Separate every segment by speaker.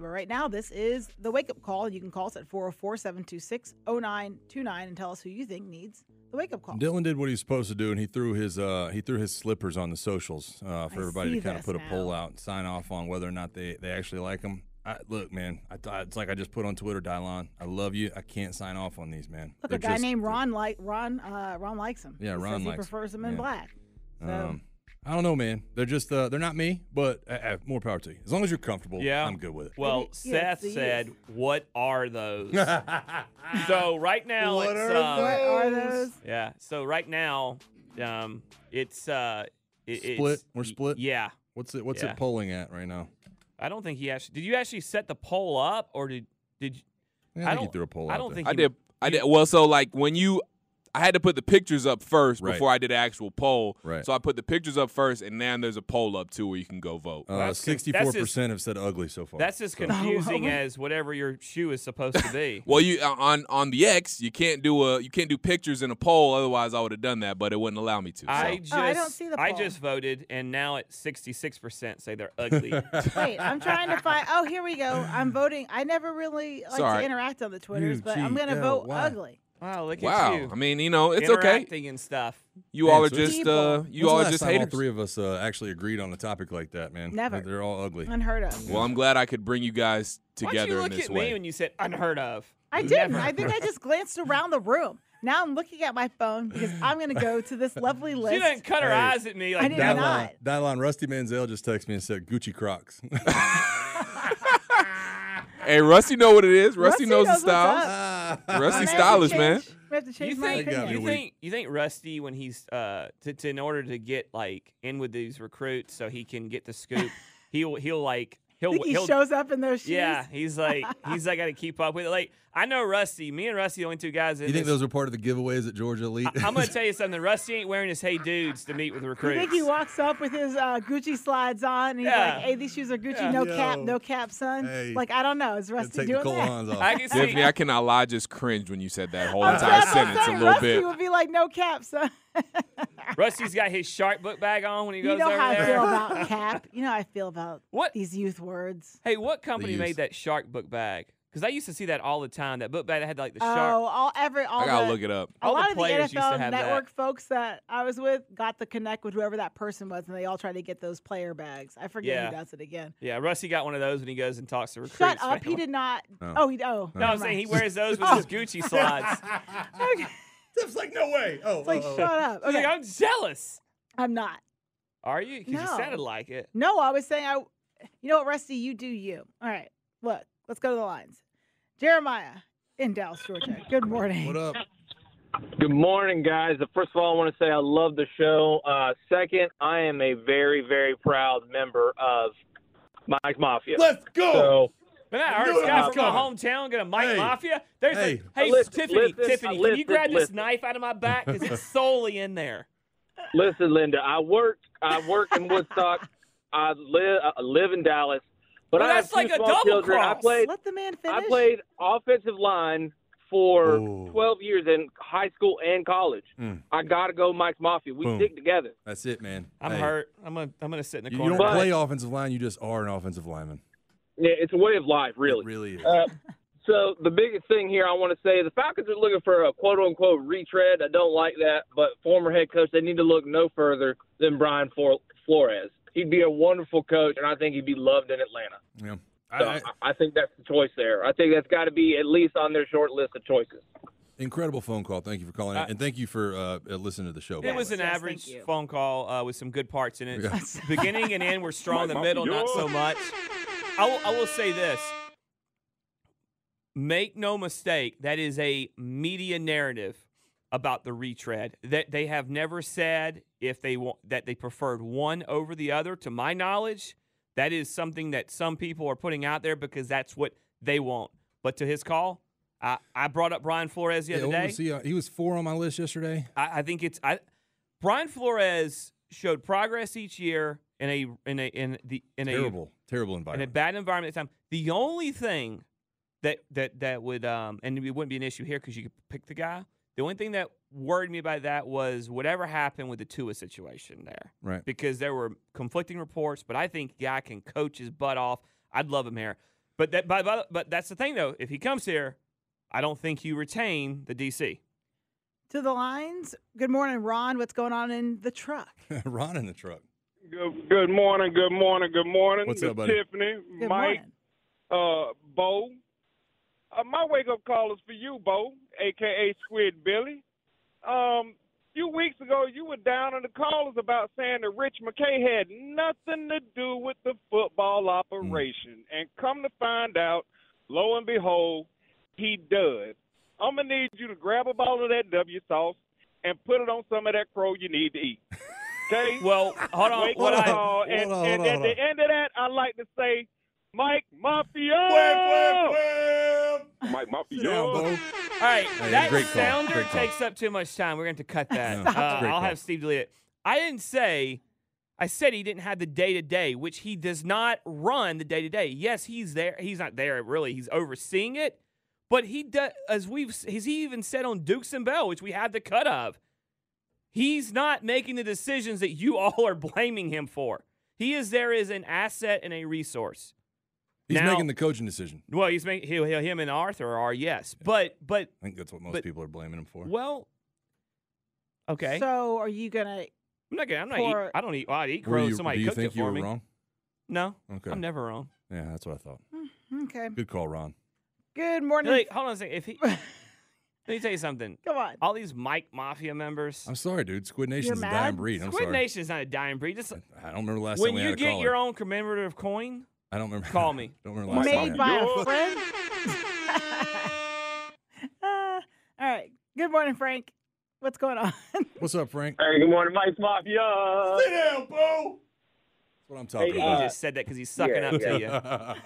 Speaker 1: But right now, this is the wake up call. You can call us at 404 726 0929 and tell us who you think needs the wake up call.
Speaker 2: Dylan did what he's supposed to do, and he threw his uh, he threw his slippers on the socials uh,
Speaker 1: I
Speaker 2: for everybody
Speaker 1: see
Speaker 2: to kind of
Speaker 1: this
Speaker 2: put
Speaker 1: now.
Speaker 2: a poll out and sign off on whether or not they, they actually like them. I, look, man, I thought it's like I just put on Twitter, Dylon. I love you. I can't sign off on these, man.
Speaker 1: Look,
Speaker 2: They're
Speaker 1: a guy
Speaker 2: just-
Speaker 1: named Ron like Ron uh, Ron likes him.
Speaker 2: Yeah,
Speaker 1: he
Speaker 2: Ron
Speaker 1: says
Speaker 2: likes
Speaker 1: he
Speaker 2: 'em.
Speaker 1: prefers him in
Speaker 2: Yeah.
Speaker 1: black. So
Speaker 2: Um, I don't know, man. They're just uh, they're not me, but uh, uh, more power to you. As long as you're comfortable,
Speaker 3: Yeah.
Speaker 2: I'm good with it.
Speaker 3: Well,
Speaker 1: Maybe- yeah,
Speaker 3: Seth
Speaker 1: it's the
Speaker 3: said,
Speaker 1: youth.
Speaker 3: "What are those?" so right now,
Speaker 2: What
Speaker 3: it's,
Speaker 2: are
Speaker 3: um,
Speaker 1: what are those?
Speaker 3: yeah. So right now, um, it's uh, it- it's-
Speaker 2: Split? We're
Speaker 3: y-
Speaker 2: split?
Speaker 3: Yeah,
Speaker 2: What's it What's
Speaker 3: Yeah.
Speaker 2: it polling at right now?
Speaker 3: I don't think he actually. Did you actually set the poll up, or did did?
Speaker 2: Yeah,
Speaker 3: I
Speaker 2: I think
Speaker 3: don't-
Speaker 2: he threw a poll.
Speaker 3: I
Speaker 2: out
Speaker 3: don't
Speaker 2: there.
Speaker 3: think
Speaker 4: I
Speaker 3: you-
Speaker 4: did. I did. Well, so like when you, I had to put the pictures up first
Speaker 2: Right.
Speaker 4: before I did the actual poll.
Speaker 2: Right.
Speaker 4: So I put the pictures up first, and now there's a poll up too where you can go vote.
Speaker 3: That's con-
Speaker 2: Uh,
Speaker 3: that's just-
Speaker 2: Sixty-four percent have said ugly so far.
Speaker 3: That's as
Speaker 2: so-
Speaker 3: confusing
Speaker 1: Oh,
Speaker 3: as whatever your shoe is supposed to be.
Speaker 4: well, you uh, on on the X, you can't do a you can't do pictures in a poll. Otherwise, I would have done that, but it wouldn't allow me to.
Speaker 3: I
Speaker 4: so.
Speaker 3: just
Speaker 1: Oh, I don't see the
Speaker 3: I
Speaker 1: poll.
Speaker 3: just voted, and now it's sixty-six percent say they're ugly.
Speaker 1: wait, I'm trying to find. Oh, here we go. I'm voting. I never really like to
Speaker 4: Sorry.
Speaker 1: interact on the twitters, but I'm gonna
Speaker 2: UGLY.
Speaker 1: vote ugly.
Speaker 3: wow, look
Speaker 4: wow.
Speaker 3: at you.
Speaker 4: I mean, you know, it's okay.
Speaker 3: interacting and stuff.
Speaker 4: You all
Speaker 2: Man,
Speaker 4: are
Speaker 2: so
Speaker 4: just
Speaker 1: people-
Speaker 4: uh, you
Speaker 2: When's the
Speaker 4: all are
Speaker 2: last
Speaker 4: just
Speaker 2: time
Speaker 4: haters.
Speaker 2: All three of us uh, actually agreed on a topic like that, man.
Speaker 1: Never.
Speaker 2: They're- They're all ugly.
Speaker 1: Unheard of.
Speaker 4: Well, I'm glad I could bring you guys
Speaker 3: Why don't
Speaker 4: together
Speaker 3: you
Speaker 4: in
Speaker 3: look
Speaker 4: this
Speaker 3: at
Speaker 4: way.
Speaker 3: me when you said unheard of?
Speaker 1: I didn't. I think I just glanced around the room. Now I'm looking at my phone because I'm gonna go to this lovely list.
Speaker 3: She didn't cut her
Speaker 2: Hey.
Speaker 3: eyes at me like
Speaker 1: did
Speaker 3: that.
Speaker 1: not.
Speaker 2: Dylon, Dylon, Rusty Manziel just texted me and said Gucci Crocs.
Speaker 4: hey, Rusty, know what it is. Rusty,
Speaker 1: Rusty knows
Speaker 4: knows,
Speaker 1: what's
Speaker 4: the styles.
Speaker 1: up.
Speaker 4: Rusty
Speaker 1: We have to
Speaker 4: stylish,
Speaker 1: change-
Speaker 4: man.
Speaker 1: We have to change
Speaker 3: You
Speaker 1: my
Speaker 3: think,
Speaker 2: got me
Speaker 3: you
Speaker 1: opinion.
Speaker 2: weak.
Speaker 3: think you think Rusty when he's uh to, to in order to get like in with these recruits so he can get the scoop, he'll he'll like he'll
Speaker 1: think he
Speaker 3: he'll
Speaker 1: shows up in those shoes.
Speaker 3: yeah he's like he's like got to keep up with it. Like I know Rusty, me and Rusty the only two guys. In
Speaker 2: You think
Speaker 3: this-
Speaker 2: those were part of the giveaways at Georgia Elite?
Speaker 3: I, am gonna tell you something. Rusty ain't wearing his hey dudes to meet with
Speaker 1: You
Speaker 3: recruits.
Speaker 1: think he walks up with his uh, Gucci slides on and he's
Speaker 3: Yeah.
Speaker 1: like, hey, these shoes are Gucci,
Speaker 3: Yeah.
Speaker 1: no
Speaker 2: Yo.
Speaker 1: cap, no cap, son?
Speaker 2: Hey.
Speaker 1: Like, I don't know. Is
Speaker 2: Gotta
Speaker 1: Rusty
Speaker 2: take the
Speaker 1: doing that?
Speaker 2: colons off.
Speaker 3: I can see.
Speaker 4: Tiffany, I cannot lie. I just cringed when you said that whole
Speaker 1: I'm
Speaker 4: entire
Speaker 1: saying- I'm
Speaker 4: sentence a
Speaker 1: saying
Speaker 4: little
Speaker 1: Rusty
Speaker 4: bit.
Speaker 1: would be like, no cap, son.
Speaker 3: Rusty's got his shark book bag on when he goes
Speaker 1: you know
Speaker 3: over
Speaker 1: how I
Speaker 3: there.
Speaker 1: feel about cap. You know how I feel about
Speaker 3: What-
Speaker 1: these youth words.
Speaker 3: Hey, what company
Speaker 2: use-
Speaker 3: made that shark book bag? Because I used to see that all the time. That book bag that had like the
Speaker 1: Oh,
Speaker 3: shark.
Speaker 1: all every all
Speaker 4: I gotta
Speaker 1: the,
Speaker 4: look it up.
Speaker 1: a
Speaker 3: all the
Speaker 1: lot
Speaker 3: players
Speaker 1: of
Speaker 3: used
Speaker 1: the
Speaker 3: to
Speaker 1: NFL
Speaker 3: have that.
Speaker 1: network folks that I was with got the connect with whoever that person was, and they all try to get those player bags. I forget
Speaker 3: Yeah.
Speaker 1: who does it again.
Speaker 3: Yeah, Rusty got one of those when he goes and talks to recruits.
Speaker 1: Shut up! He
Speaker 3: man.
Speaker 1: did not.
Speaker 2: No.
Speaker 1: Oh, he oh.
Speaker 3: No, I'm saying he wears those with his Gucci slides.
Speaker 1: Okay.
Speaker 2: Tiff's like, no way. Oh,
Speaker 1: It's like,
Speaker 2: oh, oh.
Speaker 1: shut up.
Speaker 3: I was like,
Speaker 1: Okay.
Speaker 3: I'm jealous.
Speaker 1: I'm not.
Speaker 3: Are you? Because
Speaker 1: No.
Speaker 3: you sounded like it.
Speaker 1: No, I was saying I. You know what, Rusty? You do you. All right. Look, let's go to the lines. Jeremiah in Dallas, Georgia. Good morning.
Speaker 2: What up?
Speaker 5: Good morning, guys. Uh, First of all, I want to say I love the show. Uh, second, I am a very, very proud member of Mike's Mafia.
Speaker 2: Let's go.
Speaker 5: So,
Speaker 3: But that
Speaker 2: I knew
Speaker 3: hurts
Speaker 2: it
Speaker 3: guy
Speaker 2: was
Speaker 3: from my
Speaker 2: coming.
Speaker 3: hometown gonna Mike
Speaker 2: Hey.
Speaker 3: Mafia. There's
Speaker 2: Hey.
Speaker 3: like, hey,
Speaker 5: Listen,
Speaker 3: Tiffany,
Speaker 5: listen,
Speaker 3: Tiffany, can you
Speaker 5: listen,
Speaker 3: grab this
Speaker 5: listen.
Speaker 3: knife out of my back? Because it's solely in there.
Speaker 5: listen, Linda, I worked. I worked in Woodstock. I live. I live in Dallas. But
Speaker 3: Well,
Speaker 5: I have
Speaker 3: that's like
Speaker 5: two
Speaker 3: a
Speaker 5: small
Speaker 3: double
Speaker 5: children. I
Speaker 3: cross.
Speaker 5: played.
Speaker 1: Let the man finish.
Speaker 5: I played offensive line for
Speaker 2: Ooh.
Speaker 5: 12 years in high school and college.
Speaker 2: Mm.
Speaker 5: I gotta go, Mike's Mafia. We
Speaker 2: Boom.
Speaker 5: stick together.
Speaker 2: That's it, man.
Speaker 3: I'm
Speaker 2: Hey,
Speaker 3: hurt. I'm gonna I'm gonna sit in the
Speaker 2: You, you
Speaker 3: corner.
Speaker 2: don't
Speaker 5: But-
Speaker 2: play offensive line. You just are an offensive lineman.
Speaker 5: Yeah, it's a way of life, really.
Speaker 2: It really is.
Speaker 5: Uh, so the biggest thing here I want to say the Falcons are looking for a quote unquote retread. I don't like that, but former head coach they need to look no further than Brian For- Flores. He'd be a wonderful coach, and I think he'd be loved in Atlanta.
Speaker 2: yeah.
Speaker 5: So
Speaker 2: I, I,
Speaker 5: I, I think that's the choice there. I think that's got to be at least on their short list of choices.
Speaker 2: incredible phone call. Thank you for calling, in,
Speaker 3: I-
Speaker 2: and thank you for uh, uh, listening to the show. by
Speaker 3: It was
Speaker 2: the way.
Speaker 3: an
Speaker 1: Yes, thank
Speaker 3: average
Speaker 1: you.
Speaker 3: phone call uh, with some good parts in it.
Speaker 2: Yeah.
Speaker 3: Beginning and end were strong. the middle, not so much. I will, I will say this. Make no mistake, that is a media narrative about the retread that they have never said if they want that they preferred one over the other. To my knowledge, That is something that some people are putting out there because that's what they want. But to his call, I, I brought up Brian Flores the
Speaker 2: Yeah,
Speaker 3: other
Speaker 2: what
Speaker 3: day.
Speaker 2: was he, uh, he was four on my list yesterday.
Speaker 3: I, I think it's I. Brian Flores showed progress each year in a in a in the in a
Speaker 2: terrible, terrible
Speaker 3: in a
Speaker 2: environment.
Speaker 3: bad environment at the time. The only thing that that that would um and it wouldn't be an issue here because you could pick the guy. The only thing that worried me about that was whatever happened with the Tua situation there,
Speaker 2: Right.
Speaker 3: Because there were conflicting reports, but I think guy can coach his butt off. I'd love him here, but that but, but but that's the thing though. If he comes here, I don't think you retain the DC.
Speaker 1: To the lines. Good morning, Ron. What's going on in the truck?
Speaker 2: Ron in the truck.
Speaker 6: Good, good morning, good morning, good morning.
Speaker 2: What's
Speaker 6: Miss
Speaker 2: up, buddy?
Speaker 6: Tiffany,
Speaker 1: Good
Speaker 6: Mike,
Speaker 1: morning.
Speaker 6: uh, Bo. Uh, my wake up call is for you, Bo, aka Squid Billy. Um, few weeks ago, you were down on the callers about saying that Rich McKay had nothing to do with the football operation, and come to find out, lo and behold, he does. I'm gonna need you to grab a bottle of that W sauce and put it on some of that crow you need to eat. Okay.
Speaker 3: Well, hold on.
Speaker 6: Wake
Speaker 3: What
Speaker 6: up
Speaker 3: I,
Speaker 6: call.
Speaker 2: hold
Speaker 6: And,
Speaker 2: on,
Speaker 6: and
Speaker 2: hold
Speaker 6: at
Speaker 2: on,
Speaker 6: the end of that, I'd like to say, Mike Mafia. Mike Mafia.
Speaker 3: All right,
Speaker 2: Hey,
Speaker 3: that
Speaker 2: great call,
Speaker 3: sounder
Speaker 2: great call.
Speaker 3: takes up too much time. We're going to have to cut that.
Speaker 2: Yeah,
Speaker 3: Uh, I'll
Speaker 2: great call.
Speaker 3: have Steve delete it. I didn't say. I said he didn't have the day to day, which he does not run the day to day. Yes, he's there. He's not there really. He's overseeing it, but he does. As we've, as he even said on Dukes and Bell, which we had the cut of. He's not making the decisions that you all are blaming him for. He is there as an asset and a resource.
Speaker 2: He's
Speaker 3: Now-
Speaker 2: making the coaching decision.
Speaker 3: Well, he's making he'll, he'll, him and Arthur are yes, but but
Speaker 2: I think that's what most
Speaker 3: But-
Speaker 2: people are blaming him for.
Speaker 3: well, okay.
Speaker 1: So, are you gonna?
Speaker 3: I'm not gonna. I'm not.
Speaker 1: for-
Speaker 3: Eat, I don't eat. Well, I eat
Speaker 2: Were
Speaker 3: crow.
Speaker 2: you,
Speaker 3: Somebody
Speaker 2: do you
Speaker 3: cooked
Speaker 2: think
Speaker 3: it
Speaker 2: you
Speaker 3: for
Speaker 2: were
Speaker 3: me.
Speaker 2: wrong?
Speaker 3: No,
Speaker 2: Okay.
Speaker 3: I'm never wrong.
Speaker 2: Yeah, that's what I thought.
Speaker 1: Okay.
Speaker 2: Good call, Ron.
Speaker 1: Good morning.
Speaker 3: Like, hold on a second. If he, let me tell you something.
Speaker 1: Come on.
Speaker 3: All these Mike Mafia members.
Speaker 2: I'm sorry, dude. Squid Nation's a
Speaker 1: mad?
Speaker 2: dying breed. I'm
Speaker 3: Squid
Speaker 2: sorry.
Speaker 3: Nation is not a dying breed. Just
Speaker 2: I don't remember the last
Speaker 3: when
Speaker 2: time we
Speaker 3: you
Speaker 2: had a
Speaker 3: get
Speaker 2: caller.
Speaker 3: your own commemorative coin,
Speaker 2: I don't remember.
Speaker 3: Call me.
Speaker 2: don't remember the last time.
Speaker 1: Made
Speaker 2: we had-
Speaker 1: by a friend. Ah, all right. Good morning, Frank. What's going on?
Speaker 2: What's up, Frank? That's
Speaker 7: Hey, good morning, Mike
Speaker 6: Uh,
Speaker 7: Mafia.
Speaker 2: what I'm talking
Speaker 7: Hey,
Speaker 3: he
Speaker 7: uh,
Speaker 3: just said that because he's sucking
Speaker 7: yeah,
Speaker 3: up to you.
Speaker 2: about.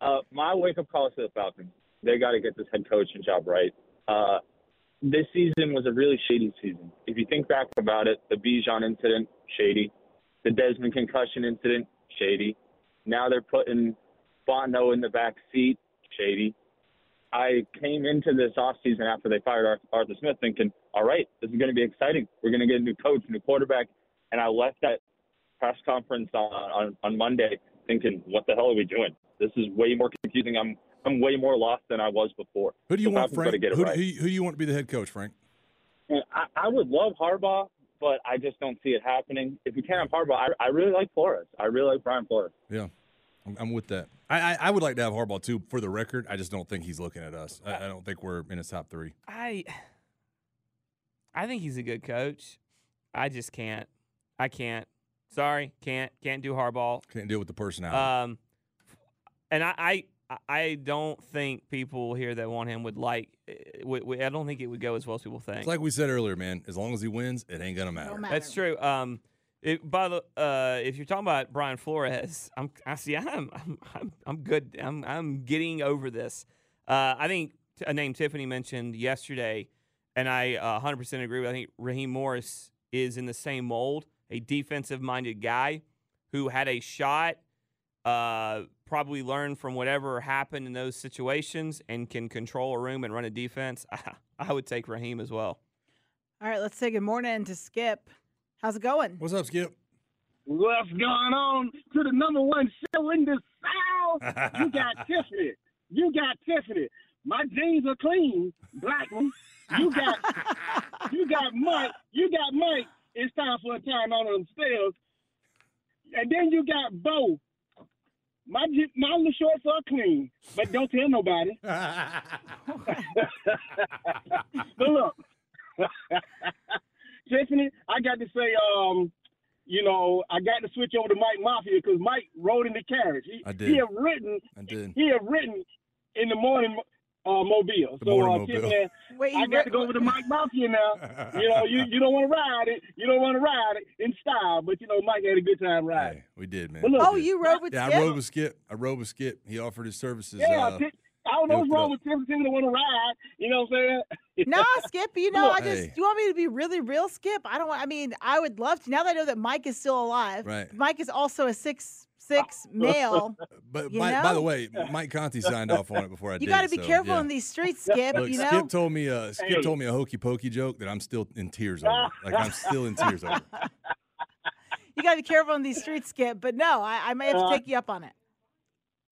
Speaker 7: Uh, my wake up call is to the Falcons. They got to get this head coaching job right. Uh, this season was a really shady season. If you think back about it, the Bijan incident, shady. The Desmond concussion incident, shady. Now they're putting Bono in the back seat, shady. I came into this offseason after they fired Ar- Arthur Smith thinking, all right, this is going to be exciting. We're going to get a new coach, new quarterback. And I left that press conference on, on, on Monday thinking, what the hell are we doing? This is way more confusing. I'm I'm way more lost than I was before.
Speaker 2: Who do you
Speaker 7: The
Speaker 2: want,
Speaker 7: Falcons
Speaker 2: Frank?
Speaker 7: gotta get it
Speaker 2: Who,
Speaker 7: right.
Speaker 2: who, who do you want to be the head coach, Frank?
Speaker 7: And I, I would love Harbaugh, but I just don't see it happening. If you can't have Harbaugh, I, I really like Flores. I really like Brian Flores.
Speaker 2: Yeah, I'm, I'm with that. I, I I would like to have Harbaugh too. For the record, I just don't think he's looking at us. I, I don't think we're in his top three.
Speaker 3: I, I think he's a good coach. I just can't. I can't. Sorry, can't. Can't do hardball.
Speaker 2: Can't deal with the personality.
Speaker 1: Uh,
Speaker 3: Um, and I, I I don't think people here that want him would like. eh, would- would- I don't think it would go as well as people think.
Speaker 2: it's like we said earlier, man. As long as he wins, it ain't gonna matter.
Speaker 1: Don't matter.
Speaker 3: That's true. Um, it, by the uh, if you're talking about Brian Flores, I'm I see I'm I'm I'm, I'm good. I'm I'm getting over this. Uh, I think t- a name Tiffany mentioned yesterday, and I uh, 100% agree with. I think Raheem Morris is in the same mold, a defensive-minded guy who had a shot, uh, probably learned from whatever happened in those situations, and can control a room and run a defense. I would take Raheem as well.
Speaker 1: All right. Let's say good morning to Skip. How's it going?
Speaker 2: What's up, Skip?
Speaker 6: What's going on to the number one show in the South? You got Tiffany. You got Tiffany. My jeans are clean, black one. You got you got Mike. You got Mike. It's time for a time out on the stairs. And then you got Bo. My je- my little shorts are clean, but don't tell nobody. but look, Tiffany, I got to say, um, you know, I got to switch over to Mike Mafia because Mike rode in the carriage. He,
Speaker 2: I did.
Speaker 6: He have written.
Speaker 2: I did.
Speaker 6: He have written in the morning
Speaker 8: uh, Mobile.
Speaker 2: Good
Speaker 8: so,
Speaker 2: morning,
Speaker 8: uh,
Speaker 2: Mobile.
Speaker 8: Kid Man,
Speaker 1: Wait,
Speaker 8: I
Speaker 1: you
Speaker 8: got to go
Speaker 1: re-
Speaker 8: over to Mike Mafia now. You know, you, you don't want to ride it. You don't want to ride it in style, but you know, Mike had a good time riding.
Speaker 2: Hey, we did, man.
Speaker 8: But look,
Speaker 1: Oh, you rode with
Speaker 2: yeah,
Speaker 1: Skip?
Speaker 2: I rode with Skip. I rode with Skip. He offered his services.
Speaker 8: yeah,
Speaker 2: uh,
Speaker 8: Tim- I don't know what's
Speaker 2: hooked it up.
Speaker 8: wrong with Tim. Tim don't want to ride. You know what I'm saying?
Speaker 1: No, Skip, you know, I just
Speaker 2: Hey.
Speaker 1: you want me to be really real, Skip? I don't want I mean, I would love to now that I know that Mike is still alive.
Speaker 2: Right.
Speaker 1: Mike is also a six six male.
Speaker 2: but
Speaker 1: you
Speaker 2: by, by the
Speaker 1: know?
Speaker 2: way, Mike Conti signed off on it before I
Speaker 1: you
Speaker 2: did.
Speaker 1: gotta be
Speaker 2: so,
Speaker 1: careful
Speaker 2: yeah.
Speaker 1: in these streets, Skip,
Speaker 2: Look,
Speaker 1: you know.
Speaker 2: Skip told me uh, Skip
Speaker 8: Hey.
Speaker 2: told me a hokey pokey joke that I'm still in tears over. Like I'm still in tears over.
Speaker 1: you gotta be careful in these streets, Skip, but no, I, I may have to
Speaker 8: Uh,
Speaker 1: take you up on it.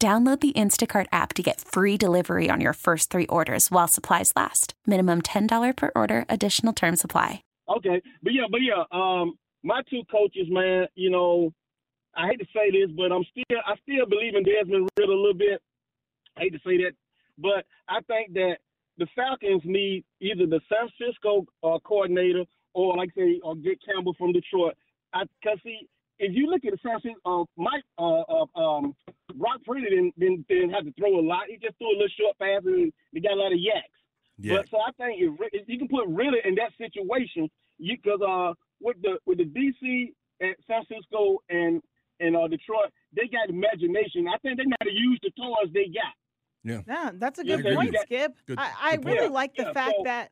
Speaker 9: Download the Instacart app to get free delivery on your first three orders while supplies last. Minimum $10 per order, additional term supply.
Speaker 8: Okay, but yeah, but yeah, um, my two coaches, man. You know, I hate to say this, but I'm still, I still believe in Desmond Ritter a little bit. I hate to say that, but I think that the Falcons need either the San Francisco uh, coordinator or, like I say, or Dick Campbell from Detroit. I cause see, if you look at the San Francisco, uh, Mike, uh, uh, um, Brock Purdy didn't, didn't didn't have to throw a lot. He just threw a little short pass and they got a lot of yaks.
Speaker 2: Yeah.
Speaker 8: But so I think if, Ri- if you can put Ritter in that situation, you because uh with the with the DC and San Francisco and and uh, Detroit, they got imagination. I think they got to use the toys they got.
Speaker 1: No, that's a
Speaker 8: Yeah,
Speaker 1: good
Speaker 8: there you
Speaker 1: point,
Speaker 8: go.
Speaker 1: Skip.
Speaker 2: Good-
Speaker 1: I, I
Speaker 2: good point.
Speaker 1: really like the
Speaker 8: Yeah,
Speaker 1: fact
Speaker 8: so-
Speaker 1: that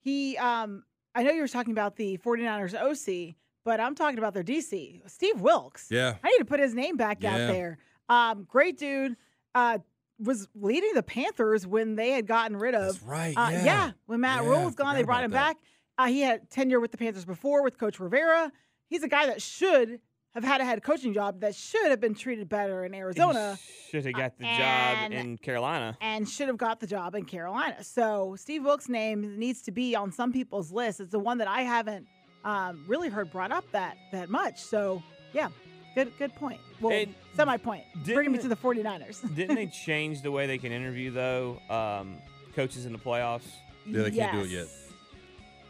Speaker 1: he um I know you were talking about the 49ers OC, but I'm talking about their DC, Steve Wilkes.
Speaker 2: Yeah.
Speaker 1: I need to put his name back out
Speaker 2: Yeah.
Speaker 1: there. Um, great dude. Uh, was leading the Panthers when they had gotten rid of.
Speaker 2: That's right.
Speaker 1: Uh,
Speaker 2: yeah.
Speaker 1: when Matt
Speaker 2: Yeah,
Speaker 1: Rule
Speaker 2: I
Speaker 1: was gone, they
Speaker 2: forgot
Speaker 1: brought
Speaker 2: about
Speaker 1: him
Speaker 2: that.
Speaker 1: back. Uh, he had tenure with the Panthers before with Coach Rivera. He's a guy that should have had a head coaching job that should have been treated better in Arizona
Speaker 3: Should have got the
Speaker 1: and-
Speaker 3: job in Carolina.
Speaker 1: and should have got the job in Carolina. So Steve Wilkes' name needs to be on some people's list. It's the one that I haven't um, really heard brought up that that much. So yeah, good good point. Well,
Speaker 3: And
Speaker 1: semi point. Bringing me to
Speaker 3: didn't-
Speaker 1: the 49ers.
Speaker 3: Didn't they change the way they can interview though? Um, coaches in the playoffs.
Speaker 2: Yeah, they can't do it yet.
Speaker 1: Yes.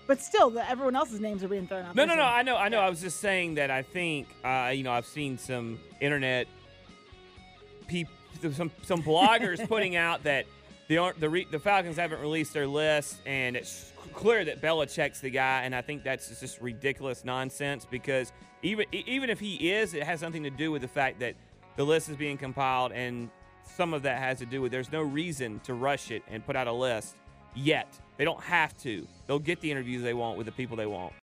Speaker 1: But still, the, everyone else's names are being thrown out.
Speaker 3: No, no,
Speaker 1: there,
Speaker 3: no.
Speaker 1: so-
Speaker 3: I know, I know. I was just saying that I think, uh, you know, I've seen some internet, peop- some some bloggers putting out that the aren't the re- the Falcons haven't released their list, and it's clear that Belichick's the guy, and I think that's just ridiculous nonsense because even e- even if he is, it has something to do with the fact that the list is being compiled, and some of that has to do with there's no reason to rush it and put out a list yet. They don't have to. They'll get the interviews they want with the people they want.